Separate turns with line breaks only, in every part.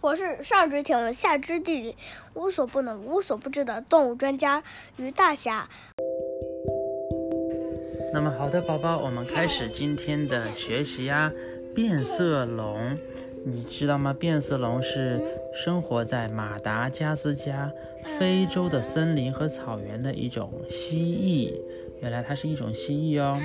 我是上知天文下知地理，无所不能无所不知的动物专家于大侠。
那么好的，宝宝，我们开始今天的学习啊。变色龙，你知道吗？变色龙是生活在马达加斯加、非洲的森林和草原的一种蜥蜴。原来它是一种蜥蜴哦。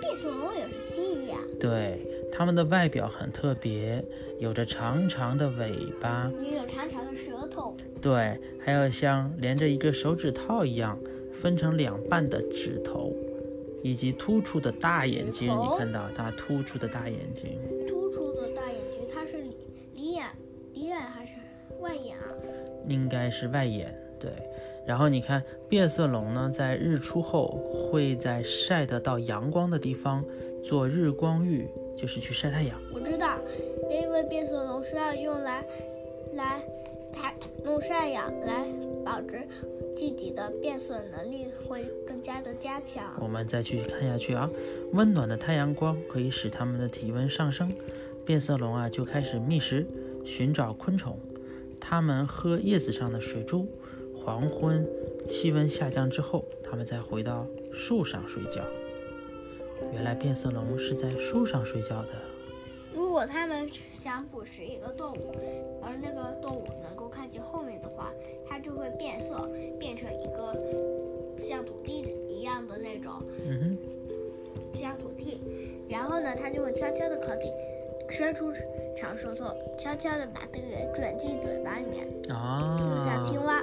变色龙也是蜥蜴啊？
对，它们的外表很特别，有着长长的尾巴，
也有长长的舌头。
对，还有像连着一个手指套一样分成两半的指头，以及突出的大眼
指
睛。
头
你看到它突出的大眼睛。
突出的大眼睛，它是里里眼、里眼还是外眼啊？
应该是外眼，对。然后你看变色龙呢，在日出后会在晒得到阳光的地方做日光浴，就是去晒太阳。
我知道，因为变色龙是要用来来它用晒养来保持自己的变色能力会更加的加强。
我们再去看下去啊，温暖的太阳光可以使它们的体温上升，变色龙啊就开始觅食，寻找昆虫。它们喝叶子上的水珠，黄昏气温下降之后，它们再回到树上睡觉。原来变色龙是在树上睡觉的。
如果它们想捕食一个动物，而那个动物能够看见后面的话，它就会变色，变成一个像土地一样的那种
嗯哼。
像土地，然后呢，它就会悄悄地靠近，伸出长舌头，悄悄地把这个给卷进嘴巴里面，就像
啊，
青蛙。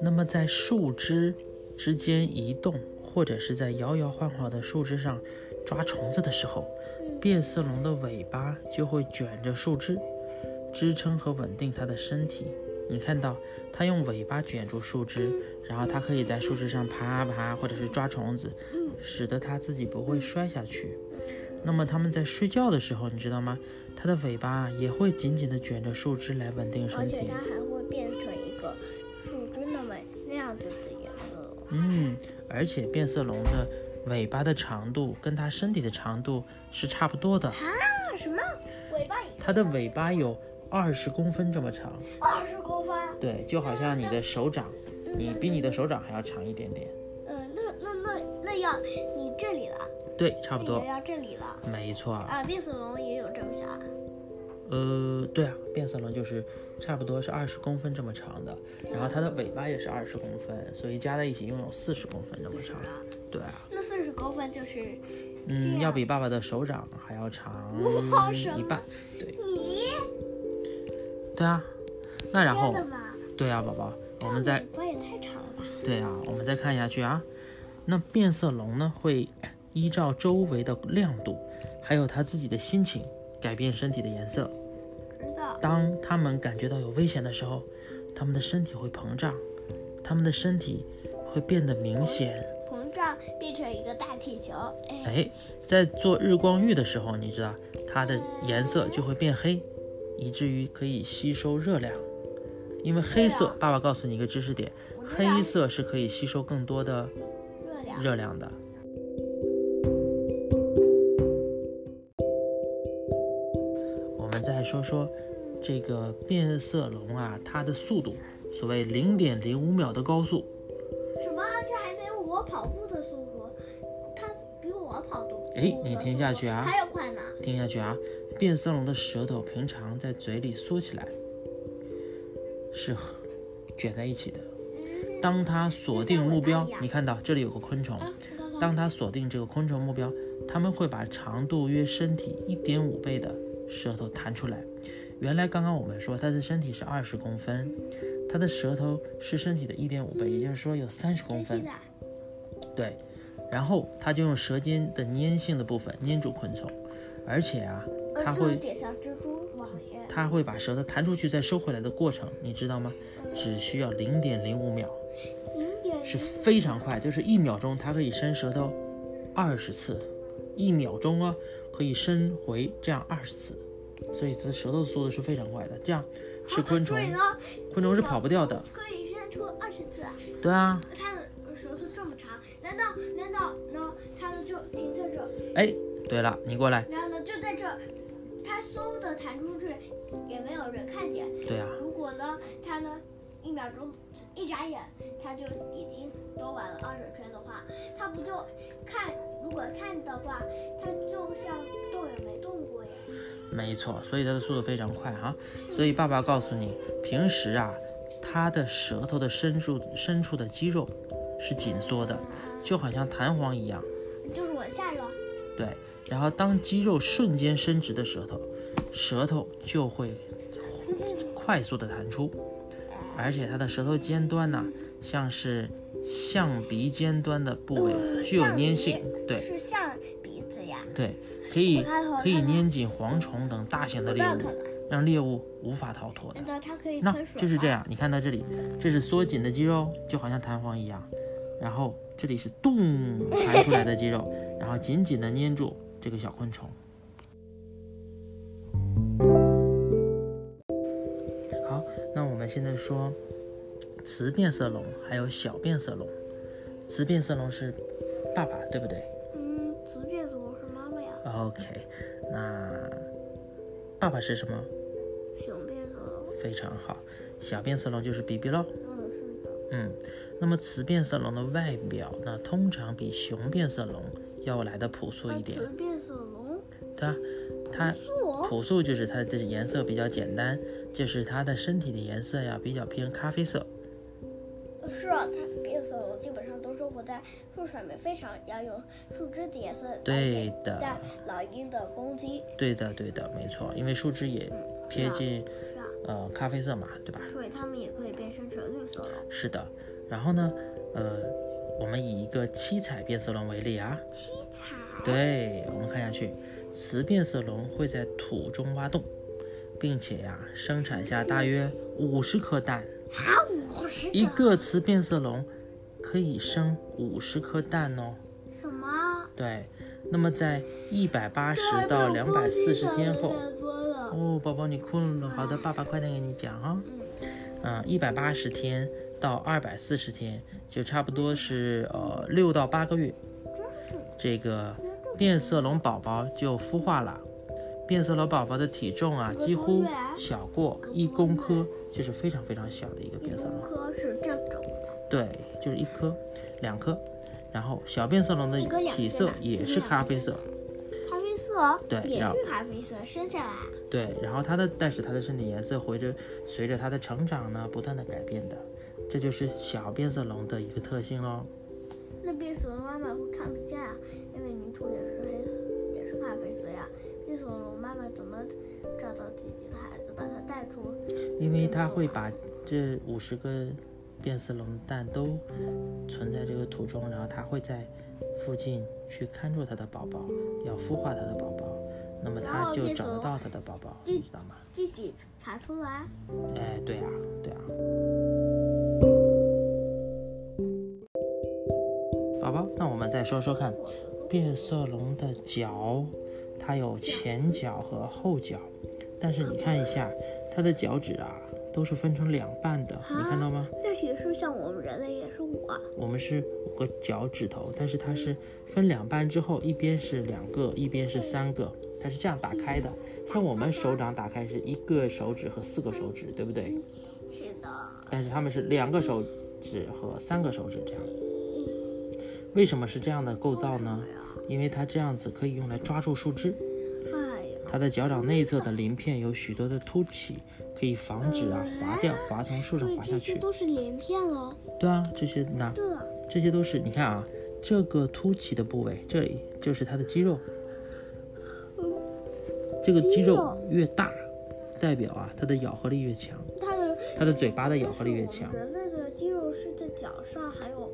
那么在树枝之间移动，或者是在摇摇晃晃的树枝上抓虫子的时候，变色龙的尾巴就会卷着树枝，支撑和稳定它的身体。你看到它用尾巴卷住树枝，然后它可以在树枝上爬啊爬，或者是抓虫子，使得它自己不会摔下去。那么它们在睡觉的时候，你知道吗？它的尾巴也会紧紧地卷着树枝来稳定
而
身体。
且它还会变成一个树枝那么那样子的颜色。
嗯，而且变色龙的尾巴的长度跟它身体的长度是差不多的，
那什么？尾巴
它的尾巴有二十公分这么长，
二十公分？
对，就好像你的手掌，你比你的手掌还要长一点点，
嗯，那那那那要你这里了，
对，差不
那
多
也，要这里了。
没错，
啊，变色龙也有这么小啊？
呃，对啊，变色龙就是差不多是二十公分这么长的，然后它的尾巴也是二十公分，所以加在一起拥有四十公分这么长，对啊，
那四十公分就是
嗯，要比爸爸的手掌还要长
哇什么
一半，对，
你
对啊，那然后
真。的吗？
对啊，宝宝，我们再
尾巴也太长了吧？
对啊，我们再看下去啊。那变色龙呢，会依照周围的亮度，还有它自己的心情，改变身体的颜色。
知道。
当它们感觉到有危险的时候，它们的身体会膨胀，它们的身体会变得明显。
膨胀变成一个大气球，哎，
哎，在做日光浴的时候，你知道它的颜色就会变黑，以至于可以吸收热量。因为黑色，爸爸告诉你一个知识点，黑色是可以吸收更多的
热量。
热量的。我们再说说这个变色龙啊，它的速度，所谓零点零五秒的高速，
什么？啊这还没有我跑步的速度，它比我跑得步的
哎你听下
速度
去啊
还要快呢。
听下去啊，变色龙的舌头平常在嘴里缩起来，是合卷在一起的。
嗯
当它锁定目标
就像尾巴一，样
你看到这里有个昆虫，
啊，你看看
当它锁定这个昆虫目标，它们会把长度约身体一点五倍的舌头弹出来。原来刚刚我们说它的身体是二十公分，它的舌头是身体的一点五倍，也就是说有三十公分。对，然后它就用舌尖的粘性的部分粘住昆虫，而且啊，它
这有
会
点像蜘蛛网耶。
它会把舌头弹出去再收回来的过程，你知道吗？只需要零点零五秒，
零点
是非常快，就是一秒钟它可以伸舌头二十次，一秒钟啊可以伸回这样二十次，所以它的舌头缩的是非常快的。这样吃昆虫
所，以呢，
昆虫是跑不掉的。
可以伸出二十次啊，
对啊，
它的舌头这么长，难道难道呢？它呢就停在这儿，
哎，对了，你过来。
然后呢就在这儿，它嗖的弹出去，也没有人看见。
对啊，
如果呢，它呢一秒钟一眨眼，它就已经兜完了二十圈的话，它不就看？如果看的话，它就像动也没动过呀。
没错，所以它的速度非常快哈、所以爸爸告诉你，平时啊，它的舌头的深处深处的肌肉是紧缩的，就好像弹簧一样。
就是往下了，
对，然后当肌肉瞬间伸直的舌头，舌头就会快速的弹出，而且它的舌头尖端呢、像是象鼻尖端的部位，具有
哦象
粘
鼻
性，对
是象鼻子呀。
对，可以
我看看我
可以
看看
粘紧蝗虫等大型的
我
猎
倒
物
看，看，
让猎物无法逃脱的
那。个它可以
那
喷水。
啊就是这。样，你看到这里，这是缩紧的肌肉，就好像弹簧一样，然后这里是咚弹出来的肌肉，然后紧紧的粘住这个小昆虫。好，那我们现在说雌变色龙还有小变色龙。雌变色龙是爸爸，对不对
嗯，雌变色龙是妈妈呀，
？OK，那爸爸是什么？
雄啊变色龙
非常好，小变色龙就是 BB 喽。
嗯是的。
嗯，那么雌变色龙的外表呢，通常比雄变色龙要来的朴素一
那
点
雌。变色龙
它，它
啊素哦
朴素就是它的颜色比较简单，就是它的身体的颜色呀比较偏咖啡色。
是啊，它变色龙基本上都生活在树上面，非常要用树枝的颜色来
对
给
的
待老鹰的攻击。
对的，对的，没错，因为树枝也
是
偏
啊
近
是啊，
呃咖啡色嘛，对吧？
所以它们也可以变身成绿色龙。
是的。然后呢，呃，我们以一个七彩变色龙为例啊，
七彩。
对，我们看下去，雌变色龙会在土中挖洞，并且呀、生产下大约五十颗蛋。
还五十
一个雌变色龙可以生五十颗蛋哦。
什么？
对，那么在一百八十到两百四十天后，哦，宝宝你困了，好的，爸爸快点给你讲啊、嗯，一百八十天到二百四十天，就差不多是呃六到八个月，这个变色龙宝宝就孵化了。变色龙宝宝的体重啊，几乎小过一公克，就是非常非常小的一个
一
变色
公
龙。
颗是这种的，
对，就是一颗、两颗。然后小变色龙的
一颗两颗
体色
吧
也
一
是
颗
咖
两
啡
颗
色，
咖啡色，
对
也
要
是咖啡色，生下来。
对。然后它的，但是它的身体颜色会着随着它的成长呢，不断的改变的。这就是小变色龙的一个特性喽。
那变色龙妈妈会看不见啊，因为泥土也是黑色，也是咖啡色呀。啊变色龙妈妈怎么找到自己的孩子，把它带出？
因为它会把这五十个变色龙蛋都存在这个土中，然后它会在附近去看住它的宝宝，要孵化它的宝宝，那么
然
它
后
就
变色
找得
龙
到它的宝宝，
一
你知道吗？
自己爬出来。
哎，对啊，对啊。宝宝，那我们再说说看，变色龙的脚，它有前脚和后脚，但是你看一下，它的脚趾啊都是分成两半的，你看到吗？
这也是像我们人类，也是我。
我们是五个脚趾头，但是它是分两半之后，一边是两个，一边是三个，它是这样打开的。像我们手掌打开是一个手指和四个手指，对不对？
是的，
但是他们是两个手指和三个手指这样子。为什么是这样的构造呢？因为它这样子可以用来抓住树枝。
哎呀，
它的脚掌内侧的鳞片有许多的凸起，可以防止啊滑掉、滑从树上
所以
滑下
这些
去。
都是鳞片哦。
对啊，这些呢，
对了，
这些都是你看啊，这个凸起的部位，这里就是它的肌肉。这个肌
肌肉
肉越大，代表啊它的咬合力越强，
它的
它的嘴巴的咬合力越强。
人类的肌肉是在脚上，还有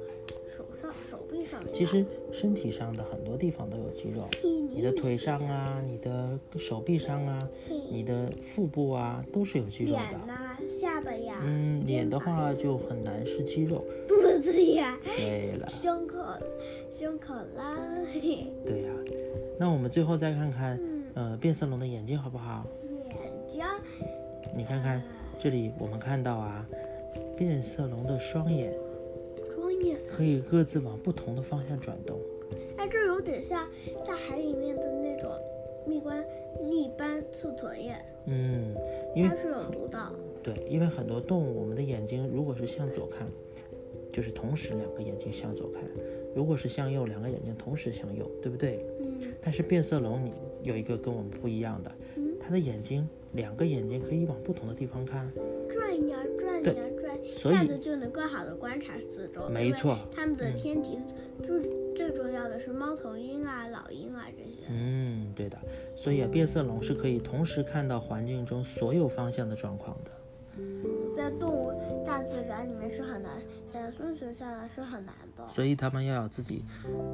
手上、手臂上面。
其实身体上的很多地方都有肌肉，你的腿上啊，你的手臂上啊，你的腹部啊，都是有肌肉
脸
的。
呐、下巴呀、
嗯，脸的话就很难是肌肉。
肚子呀、
对了，
胸口、胸口啦， 嘿嘿
对呀、那我们最后再看看，
嗯，
呃，变色龙的眼睛好不好？
眼睛，
你看看这里，我们看到啊，变色龙的双眼
双眼。
可以各自往不同的方向转动。
哎，这有点像大海里面的那种蜜獾逆斑刺臀燕，
嗯，因
它
为
是有毒的。
对，因为很多动物，我们的眼睛如果是向左看，就是同时两个眼睛向左看；如果是向右，两个眼睛同时向右，对不对？
嗯
但是变色龙你有一个跟我们不一样的，
嗯，
它的眼睛两个眼睛可以往不同的地方看，
转呀转呀转，这
所
样
以
子就能更好的观察四周。
没错，嗯
它们的天敌最、最重要的是猫头鹰啊、老鹰啊这些。
嗯，对的，所以啊，变色龙是可以同时看到环境中所有方向的状况的。
在动物大自然里面是很难，想要生存下来是很难的。
所以他们要有自己，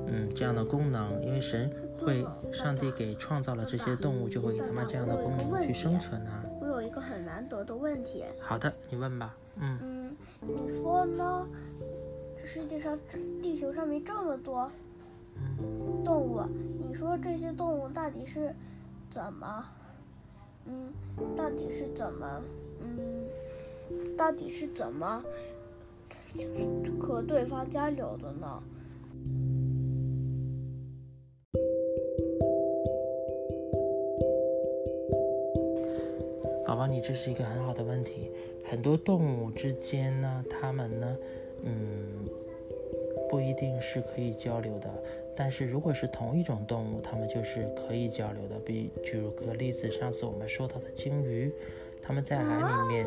嗯，这样的功能，因为神会
爸，爸
上帝给创造了这些动物，就会给他们这样的功能去生存啊。
我哦有一个啊很难得的问题，
好的，你问吧。嗯，
嗯，你说呢？这世界上这地球上面这么多动物，你说这些动物到底是怎么，嗯，到底是怎么，嗯，到底是怎么和对方交流的呢？
宝宝，你这是一个很好的问题。很多动物之间呢，它们呢，嗯，不一定是可以交流的。但是如果是同一种动物，它们就是可以交流的。比举个例子，上次我们说到的鲸鱼，它们在海里
啊
面，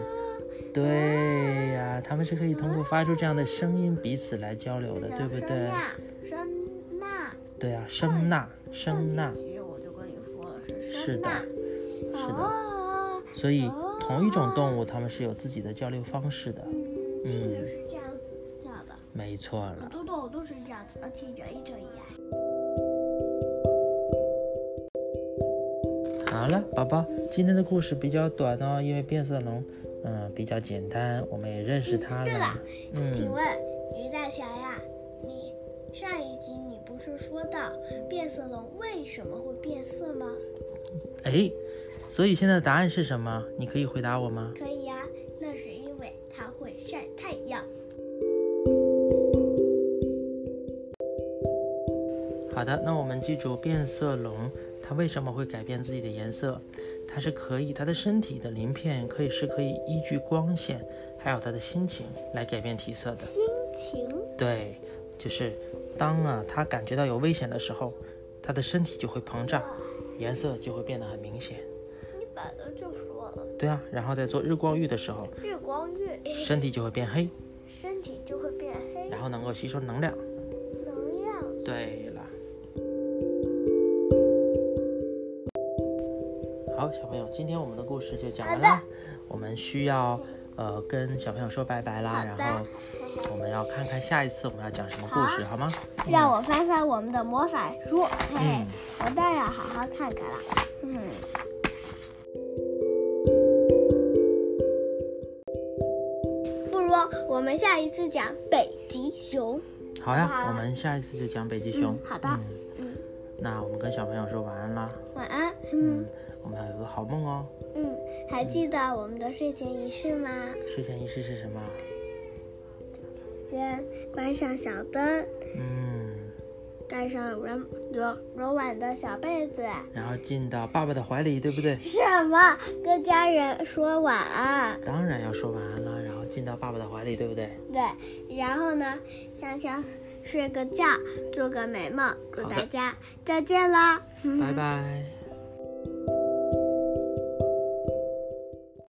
对呀、它们是可以通过发出这样的声音彼此来交流的，对不对？
声呐，
对啊，声呐，声呐
上，几集我就跟你说了是
是
声
的
呐，，哦
是的。
的。
所以同一种动物，它们是有自己的交流方式的，
嗯，鲸鱼是这样子叫的。
没错了
很。多动物都是这样子，而且人一整一样。
好了，宝宝，今天的故事比较短哦，因为变色龙，嗯，比较简单，我们也认识它
对
了
了。请
嗯，
问于大侠呀，你上一集你不是说到变色龙为什么会变色吗？
哎，所以现在答案是什么？你可以回答我吗？
可以呀、那是因为它会晒太阳。
好的，那我们记住变色龙它为什么会改变自己的颜色？它是可以，它的身体的鳞片可以是可以依据光线，还有它的心情来改变体色的。
心情
对，就是当啊它感觉到有危险的时候，它的身体就会膨胀，颜色就会变得很明显。
你本来就说了，
对啊，然后在做日光浴的时候，
日光浴
身体就会变黑，
身体就会变黑，
然后能够吸收能量。
能量
对了，好，小朋友，今天我们的故事就讲完了。我们需要呃跟小朋友说拜拜啦，
好的
然后我们要看看下一次我们要讲什么故事，好吗？
让我翻翻我们的魔法书，嘿
嗯，
我当然好好看看了。嗯，不如我们下一次讲北极熊。
好呀，
好
我们下一次就讲北极熊。
好的嗯
那我们跟小朋友说晚安啦。
晚安。嗯，
我们要有个好梦哦。
嗯，还记得我们的睡前仪式吗？
睡前仪式是什么？
先关上小灯，
嗯，
盖上软柔柔软的小被子。
然后进到爸爸的怀里，对不对？
什么？跟家人说晚安。
当然要说晚安啦，然后进到爸爸的怀里，对不对？
对，然后呢，香香睡个觉，做个美梦，祝
好
大
的
家再见啦，
拜拜。